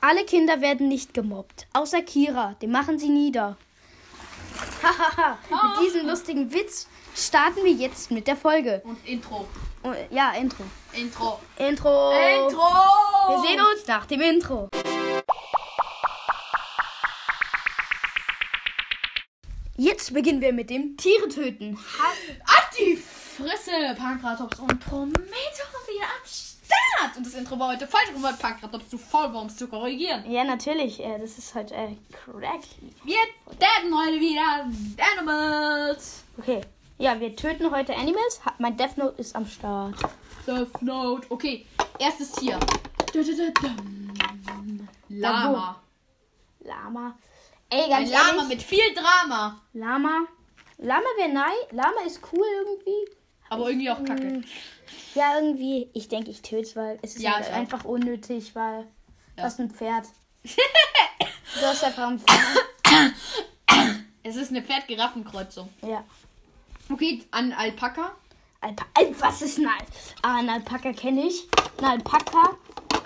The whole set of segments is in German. Alle Kinder werden nicht gemobbt, außer Kira, den machen sie nieder. Hahaha, mit diesem lustigen Witz starten wir jetzt mit der Folge. Und Intro. Oh, Ja, Intro. Intro. Intro. Intro! Oh. Wir sehen uns nach dem Intro. Jetzt beginnen wir mit dem Tiere töten. Auf die Fresse, Pankratops und Prometheus wieder am Start! Und das Intro war heute falsch rum, weil Pankratops zu faul war, um es zu korrigieren. Ja, natürlich. äh, Das ist halt äh, cracky. Wir daten heute wieder Animals! Okay. Ja, wir töten heute Animals. Ha- Mein Death Note ist am Start. Death Note. Okay, erstes Tier. Dudududum. Lama. Lama. Ey, Ein ganz Lama ehrlich, mit viel Drama. Lama. Lama wäre nein. Lama ist cool irgendwie. Aber irgendwie auch Mm. kacke. Ja, irgendwie. Ich denke, ich töte es, weil es ist Ja, halt ich auch. einfach unnötig, weil Ja. das ist ein Pferd. du hast einfach ein Pferd. Es ist eine Pferd-Giraffenkreuzung. Ja. Okay, an Alpaka. Alpa Al was ist ein Al Ah, ein Alpaka kenne ich. Ein Alpaka.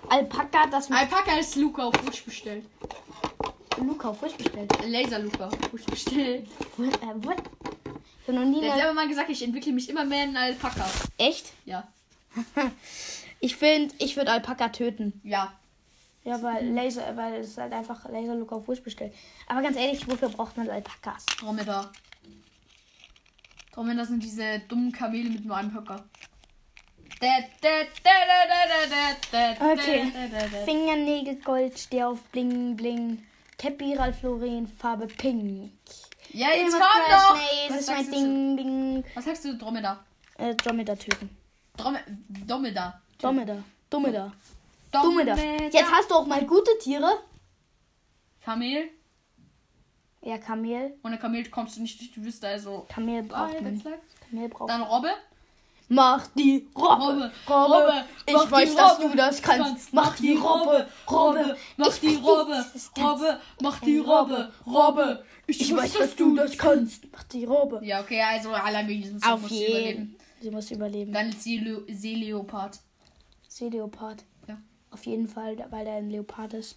Alpaka, das mit Alpaka ist Luca auf Wunsch bestellt. Luca auf Wish bestellt. Laser Luca auf Wunsch bestellt. What? Äh, what? Ich habe noch nie Der hat eine... selber mal gesagt, ich entwickle mich immer mehr in Alpaka. Echt? Ja. Ich finde, ich würde Alpaka töten. Ja. Ja, weil Laser, weil es ist halt einfach Laser Luca auf Wish bestellt. Aber ganz ehrlich, wofür braucht man Alpakas? Dromedar. Dromedar sind diese dummen Kamele mit nur einem Höcker. Äh, Okay. Okay. Fingernägel Gold, steh auf Bling Bling. Teppich Ralf Lauren, Farbe Pink. Ja, Äh, jetzt Immer komm fresh, doch! Nee, das ist sagst mein du zu- Ding Ding. Was sagst du zu Dromedar? Äh, Dromedar töten. Drome Dromedar. Dromedar. Dromedar. Dromedar. Jetzt hast du auch mal gute Tiere. Kamel. Ja, Kamel. Ohne Kamel kommst du nicht durch die Wüste, also. Kamel braucht Bye, man. Wetzlar. Kamel braucht man. Dann Robbe. Mach die Robbe. Robbe, Robbe, Ich mach die weiß, dass Robbe. du das kannst. Mach die Robbe. Robbe. Mach Ich die weiß, Robbe. dass du das kannst. Robbe. Mach die Robbe. Robbe. Ich weiß, dass du das kannst. Mach die Robbe. Ja, okay, also allermöglichen Auf jeden. Sie muss überleben. Dann ist die Leo- Seeleopard. Seeleopard. Ja. Auf jeden Fall, weil er ein Leopard ist.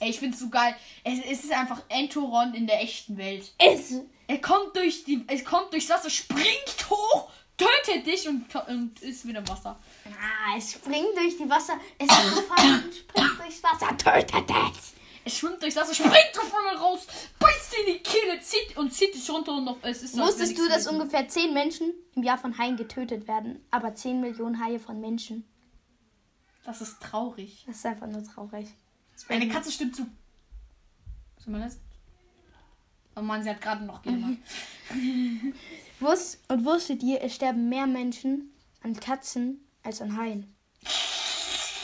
Ey, ich find's so geil. Es, es ist einfach Entoron in der echten Welt. Es, Er kommt durch die, es kommt durchs Wasser, springt hoch, tötet dich und, und ist wieder im Wasser. ah, es springt durch die Wasser. Es ist gefangen, springt durchs Wasser. Tötet es. Er schwimmt durchs Wasser, springt auf einmal raus, beißt dir in die Kehle, zieht und zieht dich runter und noch. Es ist als wär Wusstest nichts du, dass gewesen. ungefähr 10 Menschen im Jahr von Haien getötet werden, aber 10 Millionen Haie von Menschen? Das ist traurig. Das ist einfach nur traurig. Das Eine wäre- Katze stimmt zu. Was soll man das? Oh Mann, sie hat gerade noch gemacht. Wusst, und wusstet ihr, es sterben mehr Menschen an Katzen als an Haien?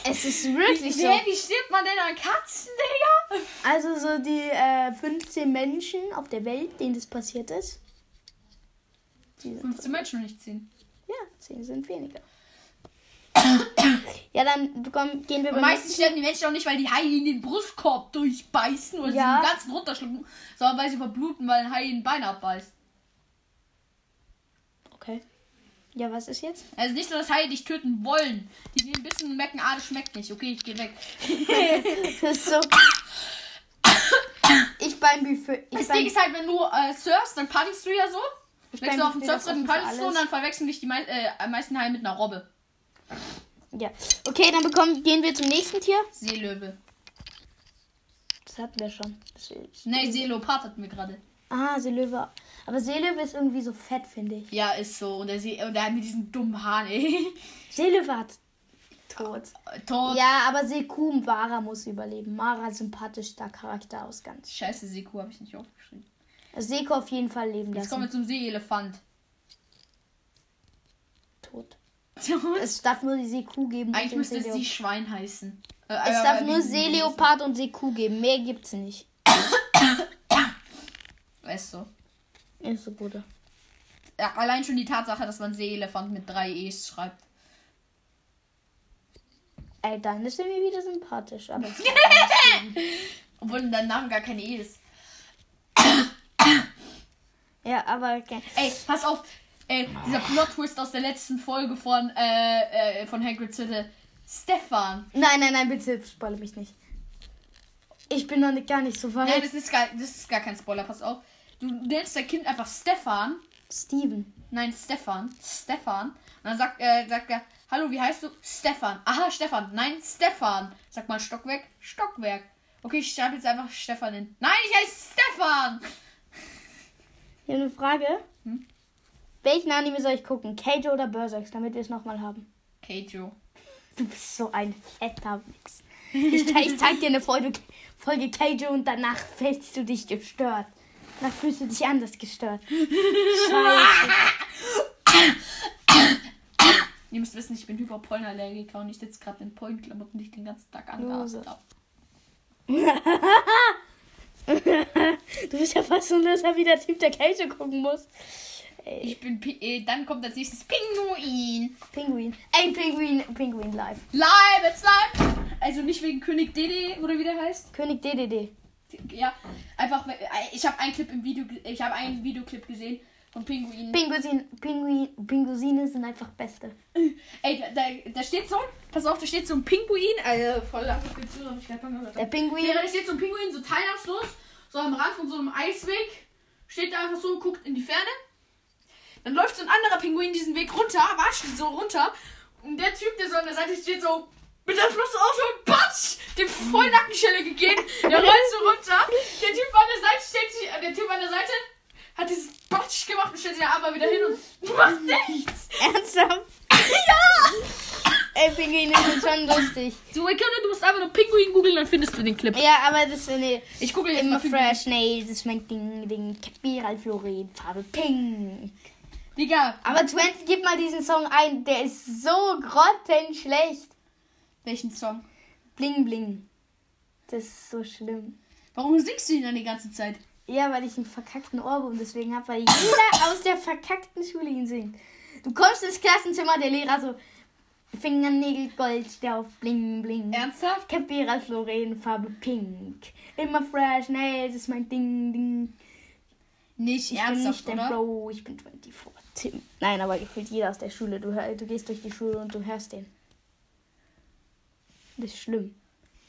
Es ist wirklich so. Hä, wie stirbt man denn an Katzen, Digga? Also so die äh, 15 Menschen auf der Welt, denen das passiert ist. Die, 15 Menschen nicht ziehen. ja, 10 sind weniger. ja, dann bekommen, gehen wir Und meistens sterben die Menschen auch nicht, weil die Haie in den Brustkorb durchbeißen oder Ja. sie den ganzen runterschlucken, sondern weil sie verbluten, weil ein Hai ihnen Bein abbeißt. Okay. Ja, was ist jetzt? Also nicht so, dass Haie dich töten wollen. Die gehen ein bisschen und merken, ah, das schmeckt nicht. Okay, ich geh weg. Das ist so. ich beim Buffet. Ich Das beim, Ding ist halt, wenn du äh, surfst, dann paddelst du ja so. Legst bin- du auf dem ich will das Surfbrett und offen für paddelst du und alles. dann verwechseln dich die mei äh, am meisten Haie mit einer Robbe. ja. Okay, dann bekommen, gehen wir zum nächsten Tier. Seelöwe. Das hatten wir schon. Das ist, Nee, Seelopard hatten wir gerade. ah, Seelöwe. Aber Seelöwe ist irgendwie so fett, finde ich. Ja, ist so. Und der, See und der hat mit diesem dummen Hahn, ey. Seelöwe hat tot. Tot. Ja, aber Sekum, Mara muss überleben. Mara sympathischster Charakter aus ganz. Scheiße, Seku habe ich nicht aufgeschrieben. Seko auf jeden Fall leben Jetzt kommen lassen. wir zum Seeelefant. Tot. Es darf nur die Seku geben. Eigentlich und den müsste es Seeleo- Sie Schwein heißen. Äh, Es äh, darf äh, nur wie- Seeleopard und Seku geben. Mehr gibt's nicht. Weißt du. Ist so gut. Ja, allein schon die Tatsache, dass man Seeelefant mit drei E's schreibt. Ey, dann ist er mir wieder sympathisch. Aber es- Obwohl in deinem Namen gar keine E ist. ja, aber okay. Ey, pass auf. Ey, dieser Plot-Twist aus der letzten Folge von, äh, äh, von Hagrid's Hütte. Stefan. Nein, nein, nein, bitte spoil mich nicht. Ich bin noch nicht, gar nicht so weit. Nein, das ist, gar, das ist gar kein Spoiler, pass auf. Du nennst dein Kind einfach Stefan. Steven. Nein, Stefan. Stefan. Und dann sagt, äh, sagt er, hallo, wie heißt du? Stefan. Aha, Stefan. Nein, Stefan. Sag mal Stockwerk. Stockwerk. Okay, ich schreibe jetzt einfach Stefan hin. Nein, ich heiße Stefan. Ich habe eine Frage. Hm? Welchen Anime soll ich gucken? Keijo oder Berserk, damit wir es nochmal haben? Keijo. Du bist so ein fetter Wichs. Ich, te- ich zeig dir eine Folge, Folge Keijo und danach fällst du dich gestört. Danach fühlst du dich anders gestört. Scheiße. Ihr müsst wissen, ich bin Hyperpollenallergiker und ich sitze gerade in Pollenklamotten, die ich den ganzen Tag Also, angeatmet Lose. habe. Du bist ja fast so ein Loser wie der Typ, der Keijo gucken muss. Ey, Ich bin Pi äh, Dann kommt als nächstes Pinguin. Pinguin. Ey, Pinguin. Pinguin live. Live, it's live. Also nicht wegen König Dede oder wie der heißt. König DDD. Ja, einfach. äh, Ich habe einen Clip im Video. ge- Ich habe einen Videoclip gesehen von Pinguinen. Pinguin, Pinguin, Pinguine sind einfach Beste. Ey, da, da, da steht so. ein- Pass auf, da steht so ein Pinguin. Also voll Assoziation, hab ich grad mal gehört. Der Pinguin. Ja, da steht so ein Pinguin so teilnahmslos, so am Rand von so einem Eisweg. Steht da einfach so und guckt in die Ferne. Dann läuft so ein anderer Pinguin diesen Weg runter, wascht so runter. Und der Typ, der so an der Seite steht, so mit der Fluss auf und patsch, dem voll Nackenschelle gegeben. Der rollt so runter. Der Typ an der Seite stellt sich, äh, der Typ an der Seite hat dieses Batsch gemacht und stellt sich da aber wieder hin und macht nichts. Ernsthaft? ja! Ey, Pinguine sind schon lustig. So, Ekane, du musst einfach nur Pinguin googeln, dann findest du den Clip. Ja, aber das ist nee, Ich google jetzt mal immer Pinguin. fresh. Nee, das schmeckt Ding, Ding. Kapiral Florin, Farbe Pink. Digga, Aber Twenty, gib mal diesen Song ein. Der ist so grottenschlecht. welchen Song? Bling, bling. Das ist so schlimm. Warum singst du ihn dann die ganze Zeit? Ja, weil ich einen verkackten Ohrwurm deswegen habe, weil jeder aus der verkackten Schule ihn singt. Du kommst ins Klassenzimmer, der Lehrer so Fingernägel Gold, der auf Bling, bling. Ernsthaft? Capira Florin, Farbe Pink. Immer fresh, nee, das ist mein Ding, Ding. Nicht Ich bin nicht ernsthaft, dein oder? Bro, ich bin 24, Tim. Nein, aber gefühlt jeder aus der Schule. Du, hör, du gehst durch die Schule und du hörst den. Das ist schlimm.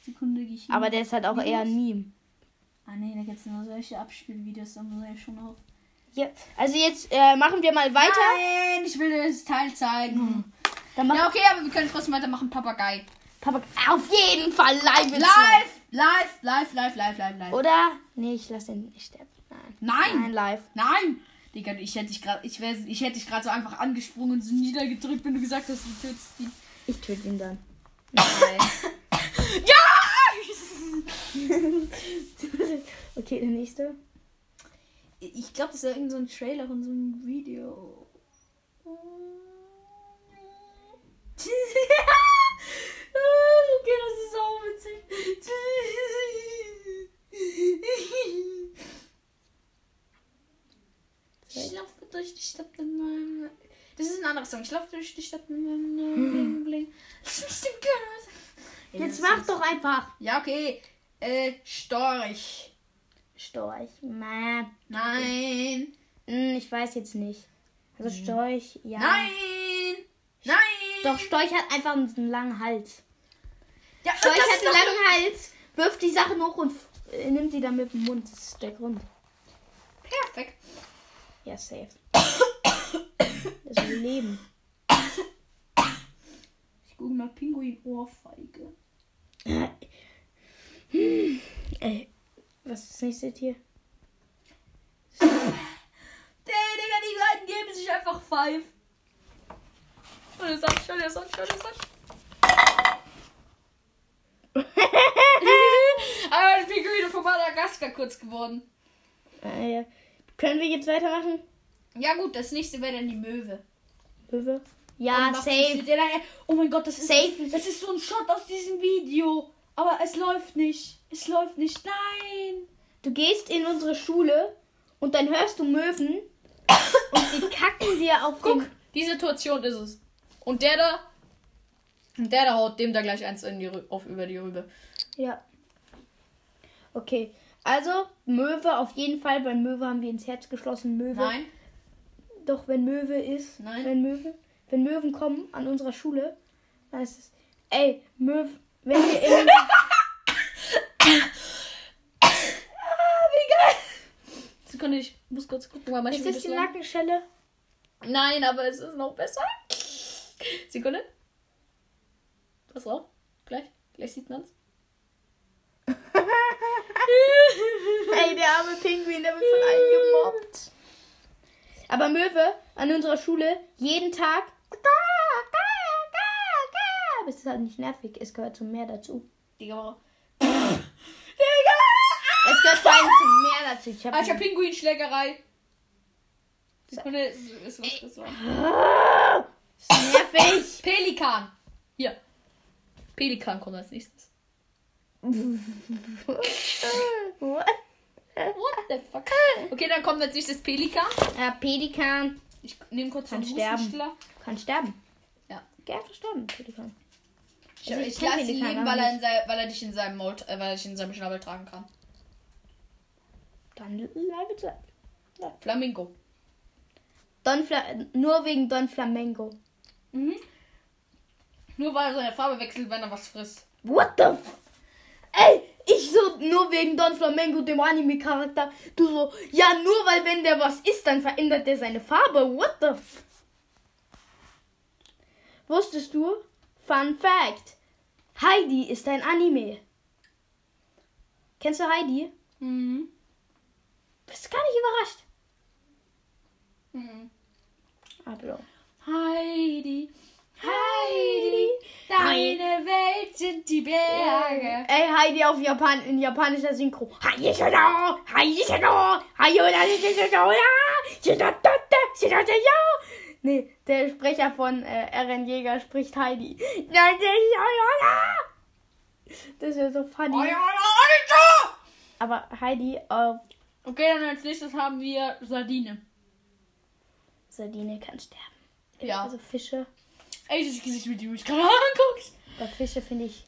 Sekunde, geh ich hin. Aber der ist halt auch eher ein Meme. Ah nee, da gibt's nur solche Abspielvideos, da muss ich schon auf. Ja, also jetzt äh, machen wir mal weiter. Nein, ich will das Teil zeigen. Dann mach Ja, okay, aber wir können trotzdem weitermachen. Papagei. Papa, auf jeden Fall live. ist so. Live! Live, live, live, live, live, live. Oder? Nee, ich lass den nicht sterben. Nein. Nein, Nein! live. Nein! Digga, ich hätte dich gerade, ich wär, ich hätte dich gerade so einfach angesprungen und so niedergedrückt, wenn du gesagt hast, du tötest ihn. Ich töte ihn dann. Nein. Okay, der nächste. Ich glaube, das ist ja irgend so ein Trailer von so einem Video. okay, das ist auch witzig. Ich laufe durch die Stadt mit meinem. Das ist ein anderer Song. Ich laufe durch die Stadt mit meinem Bling Bling. Lass mich den Glas. Jetzt mach doch einfach. Ja, okay. Äh, Storch. Storch. Mäh. Nein. Hm, ich weiß jetzt nicht. Also Storch, ja. Hm. Nein! Nein! Doch, Storch hat einfach einen langen Hals. ja, Storch das hat ist einen doch- langen Hals, wirft die Sachen hoch und äh, nimmt die dann mit dem Mund. Das ist der Grund. Perfekt. Ja, safe. Das ist Leben. Ich gucke mal Pinguin-Ohrfeige. Hm. Ey, was ist das nächste Tier? Der Digga, die beiden geben sich einfach Five. Schau dir das an, schau dir das an, schau dir das an. Aber die Pinguine von Madagaskar kurz geworden. Ah, ja. Können wir jetzt weitermachen? Ja gut, das nächste wäre dann die Möwe. Löwe? Ja, Und was safe. steht dir da- Oh mein Gott, das ist, Safe. das ist so ein Shot aus diesem Video. Aber es läuft nicht. Es läuft nicht. Nein. Du gehst in unsere Schule und dann hörst du Möwen und die kacken dir auf Guck, den... die Situation ist es. Und der da. Und der da haut dem da gleich eins in die Rü auf über die Rübe. Ja. Okay. Also, Möwe auf jeden Fall. Bei Möwe haben wir ins Herz geschlossen. Möwe. Nein. Doch, wenn Möwe ist... Nein. Wenn Möwe... Wenn Möwen kommen an unserer Schule, dann ist es... Ey, Möwe... Wenn wir in... Guck mal, manche Ist das die Videos lang. Nackenschelle? Nein, aber es ist noch besser. Sekunde. Pass auf. Gleich. Gleich sieht man's. Ey, der arme Pinguin, der wird von allen gemobbt. Aber Möwe an unserer Schule, jeden Tag. Da, da, da, da. Aber es ist halt nicht nervig, es gehört zum Meer dazu. Digga, warum? Es gehört vor allem zum Meer dazu. Ich hab Alter, Pinguinschlägerei. Sekunde, es ist, ist was gesagt. Ah, ist nervig. Pelikan. Hier. Pelikan kommt als nächstes. What? What the fuck? Okay, dann kommt als nächstes Pelikan. Ja, Pelikan Ich nehme kurz Kann den sterben. Hustenstiller. kann sterben. Ja. Gerne sterben, Pelikan. Ich, Also ich ich kenn lasse ihn Pelikan liegen, auch weil er, in sein, weil er dich in seinem Maul, äh, weil er dich in seinem Schnabel tragen kann. Dann bleibt es. Flamingo. Don Fla nur wegen Don Flamengo. Mhm. Nur weil er seine Farbe wechselt, wenn er was frisst. What the f Ey, ich so nur wegen Don Flamengo, dem Anime-Charakter. Du so, ja, nur weil wenn der was isst, dann verändert der seine Farbe. What the f Wusstest du? Fun Fact. Heidi ist ein Anime. Kennst du Heidi? Mhm. Bist gar nicht überrascht. Mhm. Aber Heidi, Heidi, deine Welt sind die Berge. Ey, Heidi auf Japan, in japanischer Synchro. Heidi Shino! Heidi Shino! Heidi Shino! Nee, der Sprecher von äh, RN Jäger spricht Heidi. Das wäre so Oh, funny. Aber Heidi auf Okay, dann als nächstes haben wir Sardine. Sardine kann sterben. Ja. Also Fische. Ey, das Gesicht, wie du mich gerade anguckst. Bei Fische finde ich.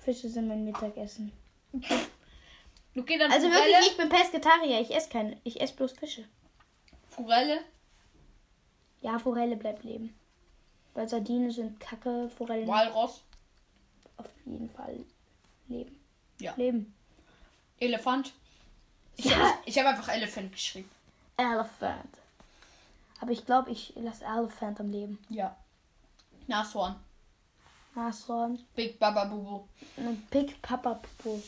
Fische sind mein Mittagessen. Okay, dann Also Forelle. wirklich, ich bin Pesketarier. Ich esse keine. Ich esse bloß Fische. Forelle. Ja, Forelle bleibt leben. Weil Sardinen sind kacke, Forellen Walross. auf jeden Fall leben. Ja. Leben. Elefant. Ich, Ja. ich habe einfach Elefant geschrieben. Elephant. Aber ich glaube, ich lasse Elephant am Leben. Ja. Nashorn. Nashorn. Big Baba Bubu. Und Big Papa Popo.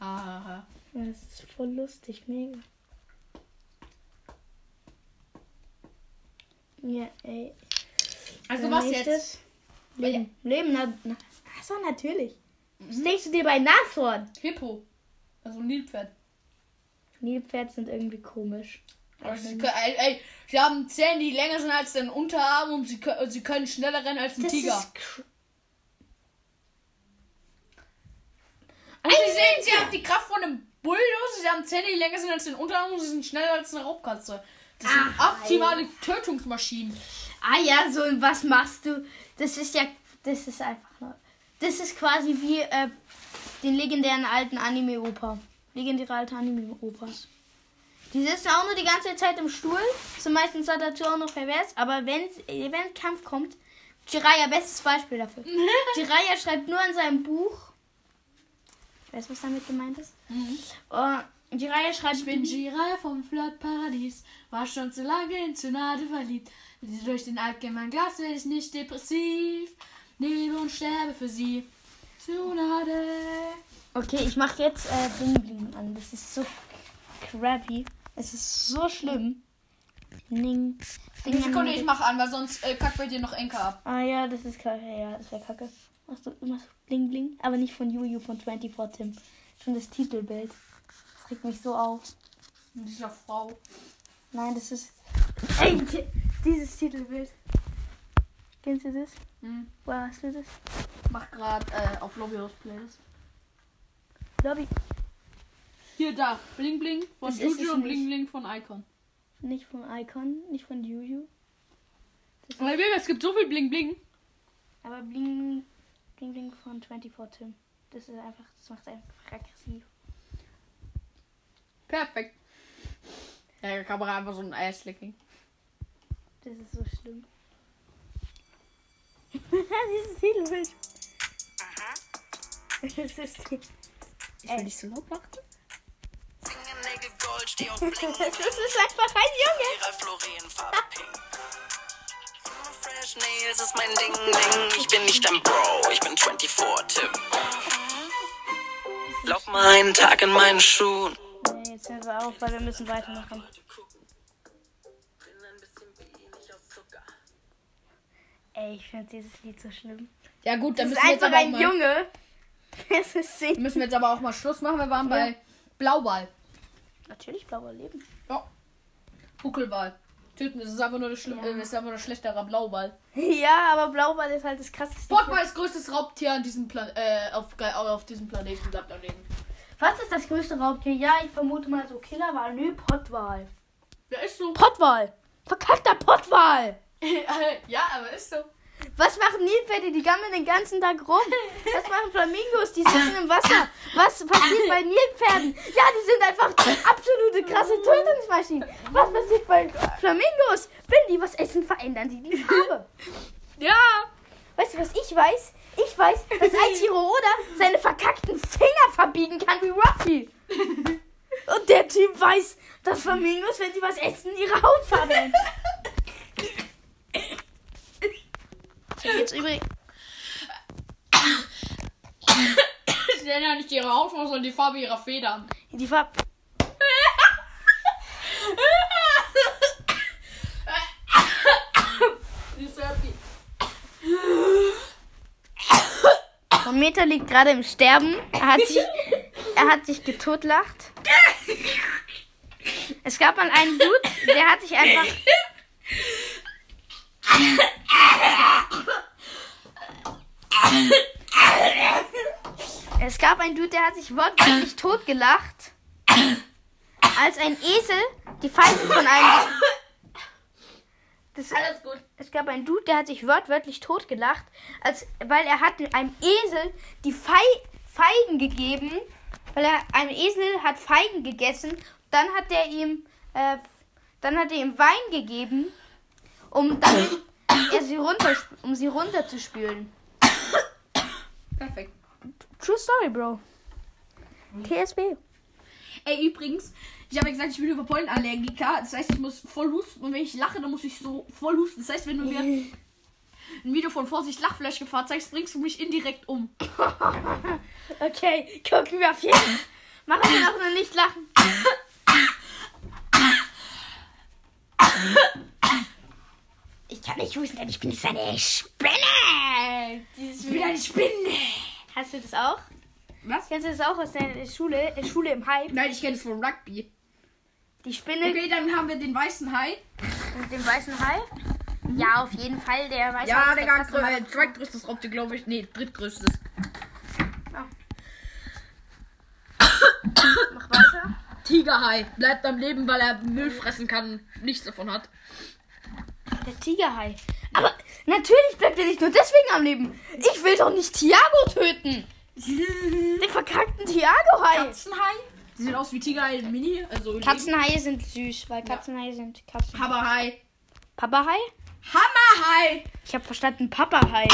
Hahaha. Das ist voll lustig, mega. Ja, ey. Also Dann was nächstes. jetzt? Leben. Leben, na, na, Ach so, natürlich. Mhm. Was denkst du dir bei Nashorn? Hippo. Also ein Nilpferd. Nilpferd sind irgendwie komisch. Aber sie, können, ey, ey, sie haben Zähne, die länger sind als dein Unterarm und sie, kö- sie können schneller rennen als ein Das Tiger. ist cr- Und sie sehen, sie haben die Kraft von einem Bulldozer, sie haben Zähne, die länger sind als dein Unterarm und sie sind schneller als eine Raubkatze. Ah, Das sind Ach, optimale Tötungsmaschinen. Ah ja, so und was machst du? Das ist ja, das ist einfach nur. Das ist quasi wie äh, den legendären alten Anime-Oper. Legendäre alte Anime-Opas. Die sitzen auch nur die ganze Zeit im Stuhl. Sind meistens da dazu auch noch pervers. Aber wenn, wenn ein Kampf kommt, Jiraiya, bestes Beispiel dafür. Jiraiya schreibt nur in seinem Buch. Weißt du, was damit gemeint ist? Äh, Jiraiya schreibt. Jiraya vom Flirtparadies, war schon zu lange in Tsunade verliebt. Durch den allgemeinen Glas werde ich nicht depressiv. Lebe und sterbe für sie. Tsunade. Okay, ich mache jetzt äh, Bing an. Das ist so crappy. Es ist so schlimm. Ning. Ding, Sekunde, ich mach an, weil sonst äh, kackt bei dir noch Enker ab. Ah ja, das ist kacke. Ja, das wäre kacke. Machst du immer Bling Bling? Aber nicht von Juju von 24 Tim. Schon das Titelbild. Das regt mich so auf. Mit dieser Frau. Nein, das ist. Ey, die- dieses Titelbild. Kennst du das? Hm. Woher hast du das? Mach grad äh, auf Lobbyhaus Playlist. Lobby. Hier, da. Bling Bling von Das ist Juju es und nicht. Bling Bling von Icon. Nicht von Icon, nicht von Juju. Weil Baby, es gibt so viel Bling Bling. Aber Bling, Bling Bling von 24 Tim. Das ist einfach, das macht einfach aggressiv. Perfekt. Ja, die Kamera einfach so ein Eislicking. Das ist so schlimm. Dieses Titelbild. Aha. Das ist die. Ich will nicht so laut machen. Singing nigga gold Goldstieren blinken, Das ist einfach ein Junge. ihre Florienfarbe pink. Fresh Nails ist mein Ding, Ding. Ich bin nicht ein Bro, ich bin 24 Tim. Lauf mal einen Tag in meinen Schuhen. Nee, jetzt hören wir auf, weil wir müssen weitermachen. Ey, ich finde dieses Lied so schlimm. Ja gut, dann Das ist müssen wir, jetzt einfach aber auch ein mal, Junge. Das ist sie. müssen wir jetzt aber auch mal Schluss machen. Wir waren bei Blauwal. Natürlich blauer Leben. Ja. Buckelwal. Töten, das ist einfach nur, das Schlimm äh, das ist einfach nur ein schlechterer Blauwal. Ja, aber Blauwal ist halt das krasseste. Bottwal ist größtes Raubtier an diesem Pla äh, auf, ge- auf diesem Planeten, bleibt am Leben. Was ist das größte Raubtier? Ja, ich vermute mal so Killerwal. Nö, Pottwal. Ja, ist so. Pottwal. Verkackter Pottwal. ja, aber ist so. Was machen Nilpferde? Die gammeln den ganzen Tag rum. Was machen Flamingos? Die sitzen im Wasser. Was passiert bei Nilpferden? Ja, die sind einfach absolute krasse Tötungsmaschinen. Was passiert bei Flamingos? Wenn die was essen, verändern sie die Farbe. Ja. Weißt du, was ich weiß? Ich weiß, dass Aichiro Oda seine verkackten Finger verbiegen kann wie Ruffy. Und der Typ weiß, dass Flamingos, wenn sie was essen, ihre Hautfarbe ändern. Jetzt übrigens. Sie ändern ja nicht ihre Hautfarbe, sondern die Farbe ihrer Federn. Die Farbe. Die Serpie. Und Meta liegt gerade im Sterben. Er hat sich, er hat sich getotlacht. Es gab mal einen Dude, der hat sich einfach. Es gab einen Dude, der hat sich wortwörtlich totgelacht, als ein Esel die Pfeife von einem. Das, Alles gut. es gab einen Dude, der hat sich wortwörtlich totgelacht, als, weil er hat einem Esel die Fei Feigen gegeben, weil er einem Esel hat Feigen gegessen, dann hat er ihm äh, dann hat er ihm Wein gegeben, um damit er sie runter um sie runterzuspülen. Perfekt. True Story, Bro. TSB. Ey, übrigens, ich habe ja gesagt, ich bin über Pollenallergiker. Das heißt, ich muss voll husten. Und wenn ich lache, dann muss ich so voll husten. Das heißt, wenn du mir ein Video von Vorsicht Lachfleischgefahr zeigst, bringst du mich indirekt um. Okay, gucken wir auf jeden Fall. Machen wir noch nur nicht lachen. Ich kann nicht husten, denn ich bin eine Spinne. Ich bin eine Spinne. Hast du das auch? Was? Kennst du das auch aus der Schule? äh, Schule im Hype? Nein, ich kenne es von Rugby. Die Spinne Okay, dann haben wir den weißen Hai. mit dem weißen Hai? Ja, auf jeden Fall. Der weiße Hai Ja, ist der ganz krasse Hai. größte, zweitgrößtes Raubtier, glaube ich. Nee, drittgrößtes. Mach weiter. Tigerhai bleibt am Leben, weil er Müll fressen kann und nichts davon hat. Der Tigerhai. Aber natürlich bleibt er nicht nur deswegen am Leben. Ich will doch nicht Tiago töten. Den verkackten Tiago-Hai. Katzenhai? Die sehen aus wie Tigerhai in Mini. Mhm. Also Katzenhaie sind süß, weil Katzenhaie sind Katzen. Hammerhai. Papahai? Hammerhai! Ich habe verstanden, Papahai.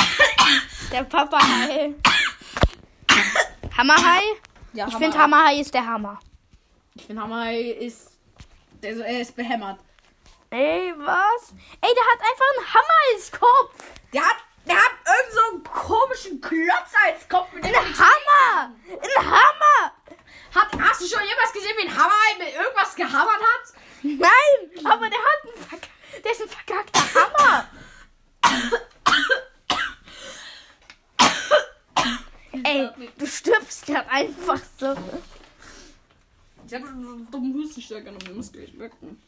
der Papahai. Hammerhai? Ja, Ich finde, Hammerhai ist der Hammer. Ich finde, Hammerhai ist. Also, er ist behämmert. Ey, was? Ey, der hat einfach einen Hammer als Kopf. Der hat. Der hat irgend so einen komischen Klotz als Kopf. Mit dem Ein Hammer. Ein Hammer. hat, hast du schon jemals gesehen, wie ein Hammerhai mit irgendwas gehammert hat? Nein, aber der hat einen Verk der ist ein verkackter Hammer. Ey, du stirbst gerade einfach so. Ich habe so einen dummen Hustenstärker noch. Ich muss gleich wirken.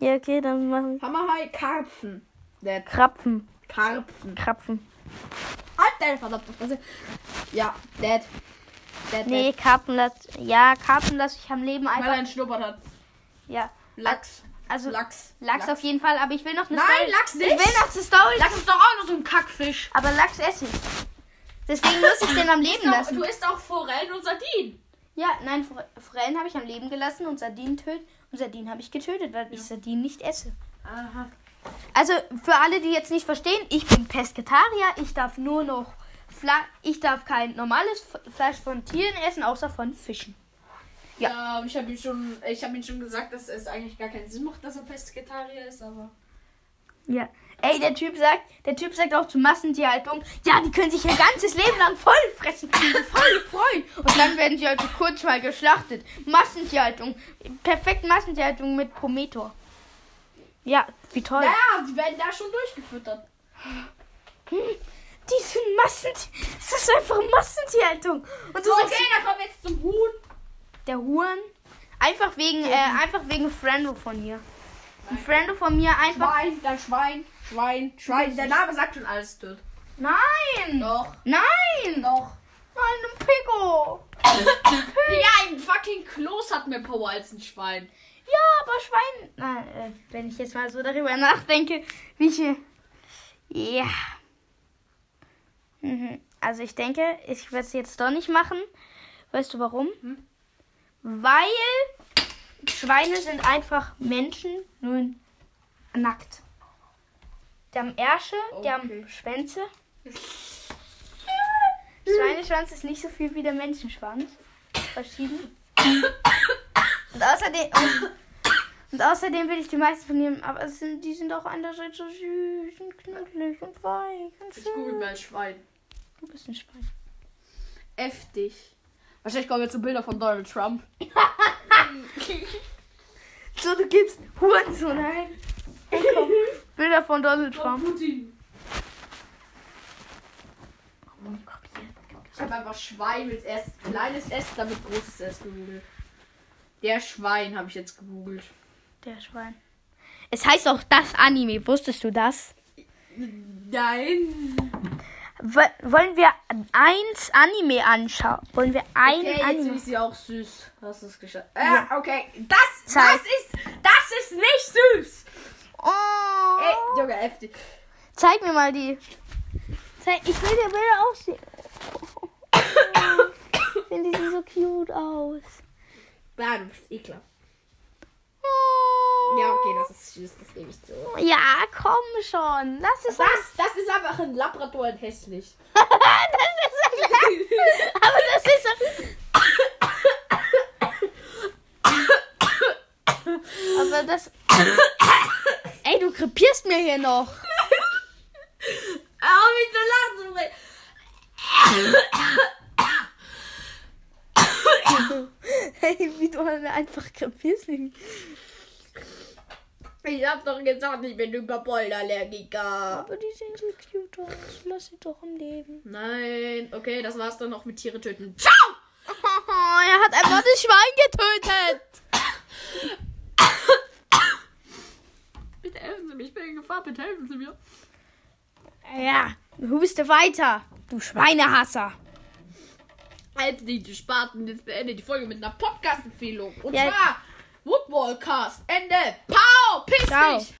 Ja, okay, dann machen wir Hammerhai, Karpfen. Der Krapfen, Karpfen. Krapfen. Alter, Halt verdammte Fresse. Ja, dead. Dead, Nee, dead. Karpfen lass, ja, Karpfen lass ich am Leben Weil er einfach. einen Schnuppert hat. Ja, Lachs. also Lachs, Lachs. auf jeden Fall, aber ich will noch eine Nein, Story. Lachs nicht. Ich will noch eine Story, Lachs ist doch auch nur so ein Kackfisch. aber Lachs esse ich. Deswegen muss ich den am Leben lassen. Du isst auch Forellen und Sardinen. Ja, nein, Fore- Forellen habe ich am Leben gelassen und Sardinen tötet. Und Sardinen habe ich getötet, weil ich Sardinen nicht esse. Aha. Also für alle, die jetzt nicht verstehen, ich bin Pesketarier. Ich darf nur noch Fle ich darf kein normales F Fleisch von Tieren essen, außer von Fischen. Ja. ja und ich habe ihm schon, ich habe ihm schon gesagt, dass es eigentlich gar keinen Sinn macht, dass er Pestketarier ist, aber. Ja. Ey, der Typ sagt, der Typ sagt auch zu Massentierhaltung, ja, die können sich ihr ganzes Leben lang voll fressen, voll freuen. Und dann werden sie also kurz mal geschlachtet. Massentierhaltung. Perfekt Massentierhaltung mit Prometor. Ja, wie toll. Naja, die werden da schon durchgefüttert. Die sind Massentier. Das ist einfach Massentierhaltung. Und du So, okay, sagst, dann kommen wir jetzt zum Huhn. der Huren. Einfach wegen, äh, einfach wegen Frando von hier. Ein Frando von mir einfach. Schwein, dann Schwein, Schwein, Schwein. Der Name sagt schon alles tot. Nein! Doch, Nein! doch. Nein, ein Pico! Ja, ein fucking Kloß hat mehr Power als ein Schwein. Ja, aber Schwein. Na, äh, wenn ich jetzt mal so darüber nachdenke, wie viel. Ja. Mhm. Also ich denke, ich werde es jetzt doch nicht machen. Weißt du warum? Weil Schweine sind einfach Menschen, nur in- nackt. Die haben Ärsche, die haben Okay. Schwänze. Schweineschwanz ist nicht so viel wie der Menschenschwanz. Verschieden. Und außerdem, und, und außerdem will ich die meisten von ihnen, aber es sind, die sind auch andererseits so süß und knuddelig und weich und Ich schön. google mal Schwein. Du bist ein Schwein. F dich. Wahrscheinlich kommen jetzt so Bilder von Donald Trump. So, du gibst Hurensohn ein. Oh Ey, komm. Bilder von Donald Trump. Putin. Ich habe einfach Schwein mit S, kleines S, damit großes S gegoogelt. Der Schwein habe ich jetzt gegoogelt. Der Schwein. Es heißt auch das Anime. Wusstest du das? Nein. wollen wir eins Anime anschauen? Wollen wir ein Okay, jetzt Anime? finde ich sie auch süß. Hast du es geschafft? Ja, okay. Das, Zeig. das ist, das ist nicht süß. Oh. Ey, Junge, F dich. Zeig mir mal die. Zeig, ich will die Bilder auch sehen. Oh, ich finde, die sehen so cute aus. Ja, du bist ekelhaft. Oh. Ja, okay, das ist süß, das nehme ich zu. Ja, komm schon. Lass es mal. Das, das ist einfach ein Labrador in hässlich. das ist Aber das ist so. Aber das. Ey, du krepierst mir hier noch. Hör mich zu lachen, Fred. Hey, wie du einfach krepierst mich. Ich hab doch gesagt, ich bin über Pollenallergiker. Aber die sehen so cute aus. Lass sie doch im Leben. Nein, okay, das war's dann auch mit Tiere töten. Ciao! Oh, er hat einfach das Schwein getötet. Bitte helfen Sie mir, ich bin in Gefahr, bitte helfen Sie mir. Ja, huste weiter, du Schweinehasser. Als Halt die, die Spaten, jetzt beendet die Folge mit einer Podcast-Empfehlung. Und Ja. zwar Woodballcast, Ende. Pow, piss Ciao. dich!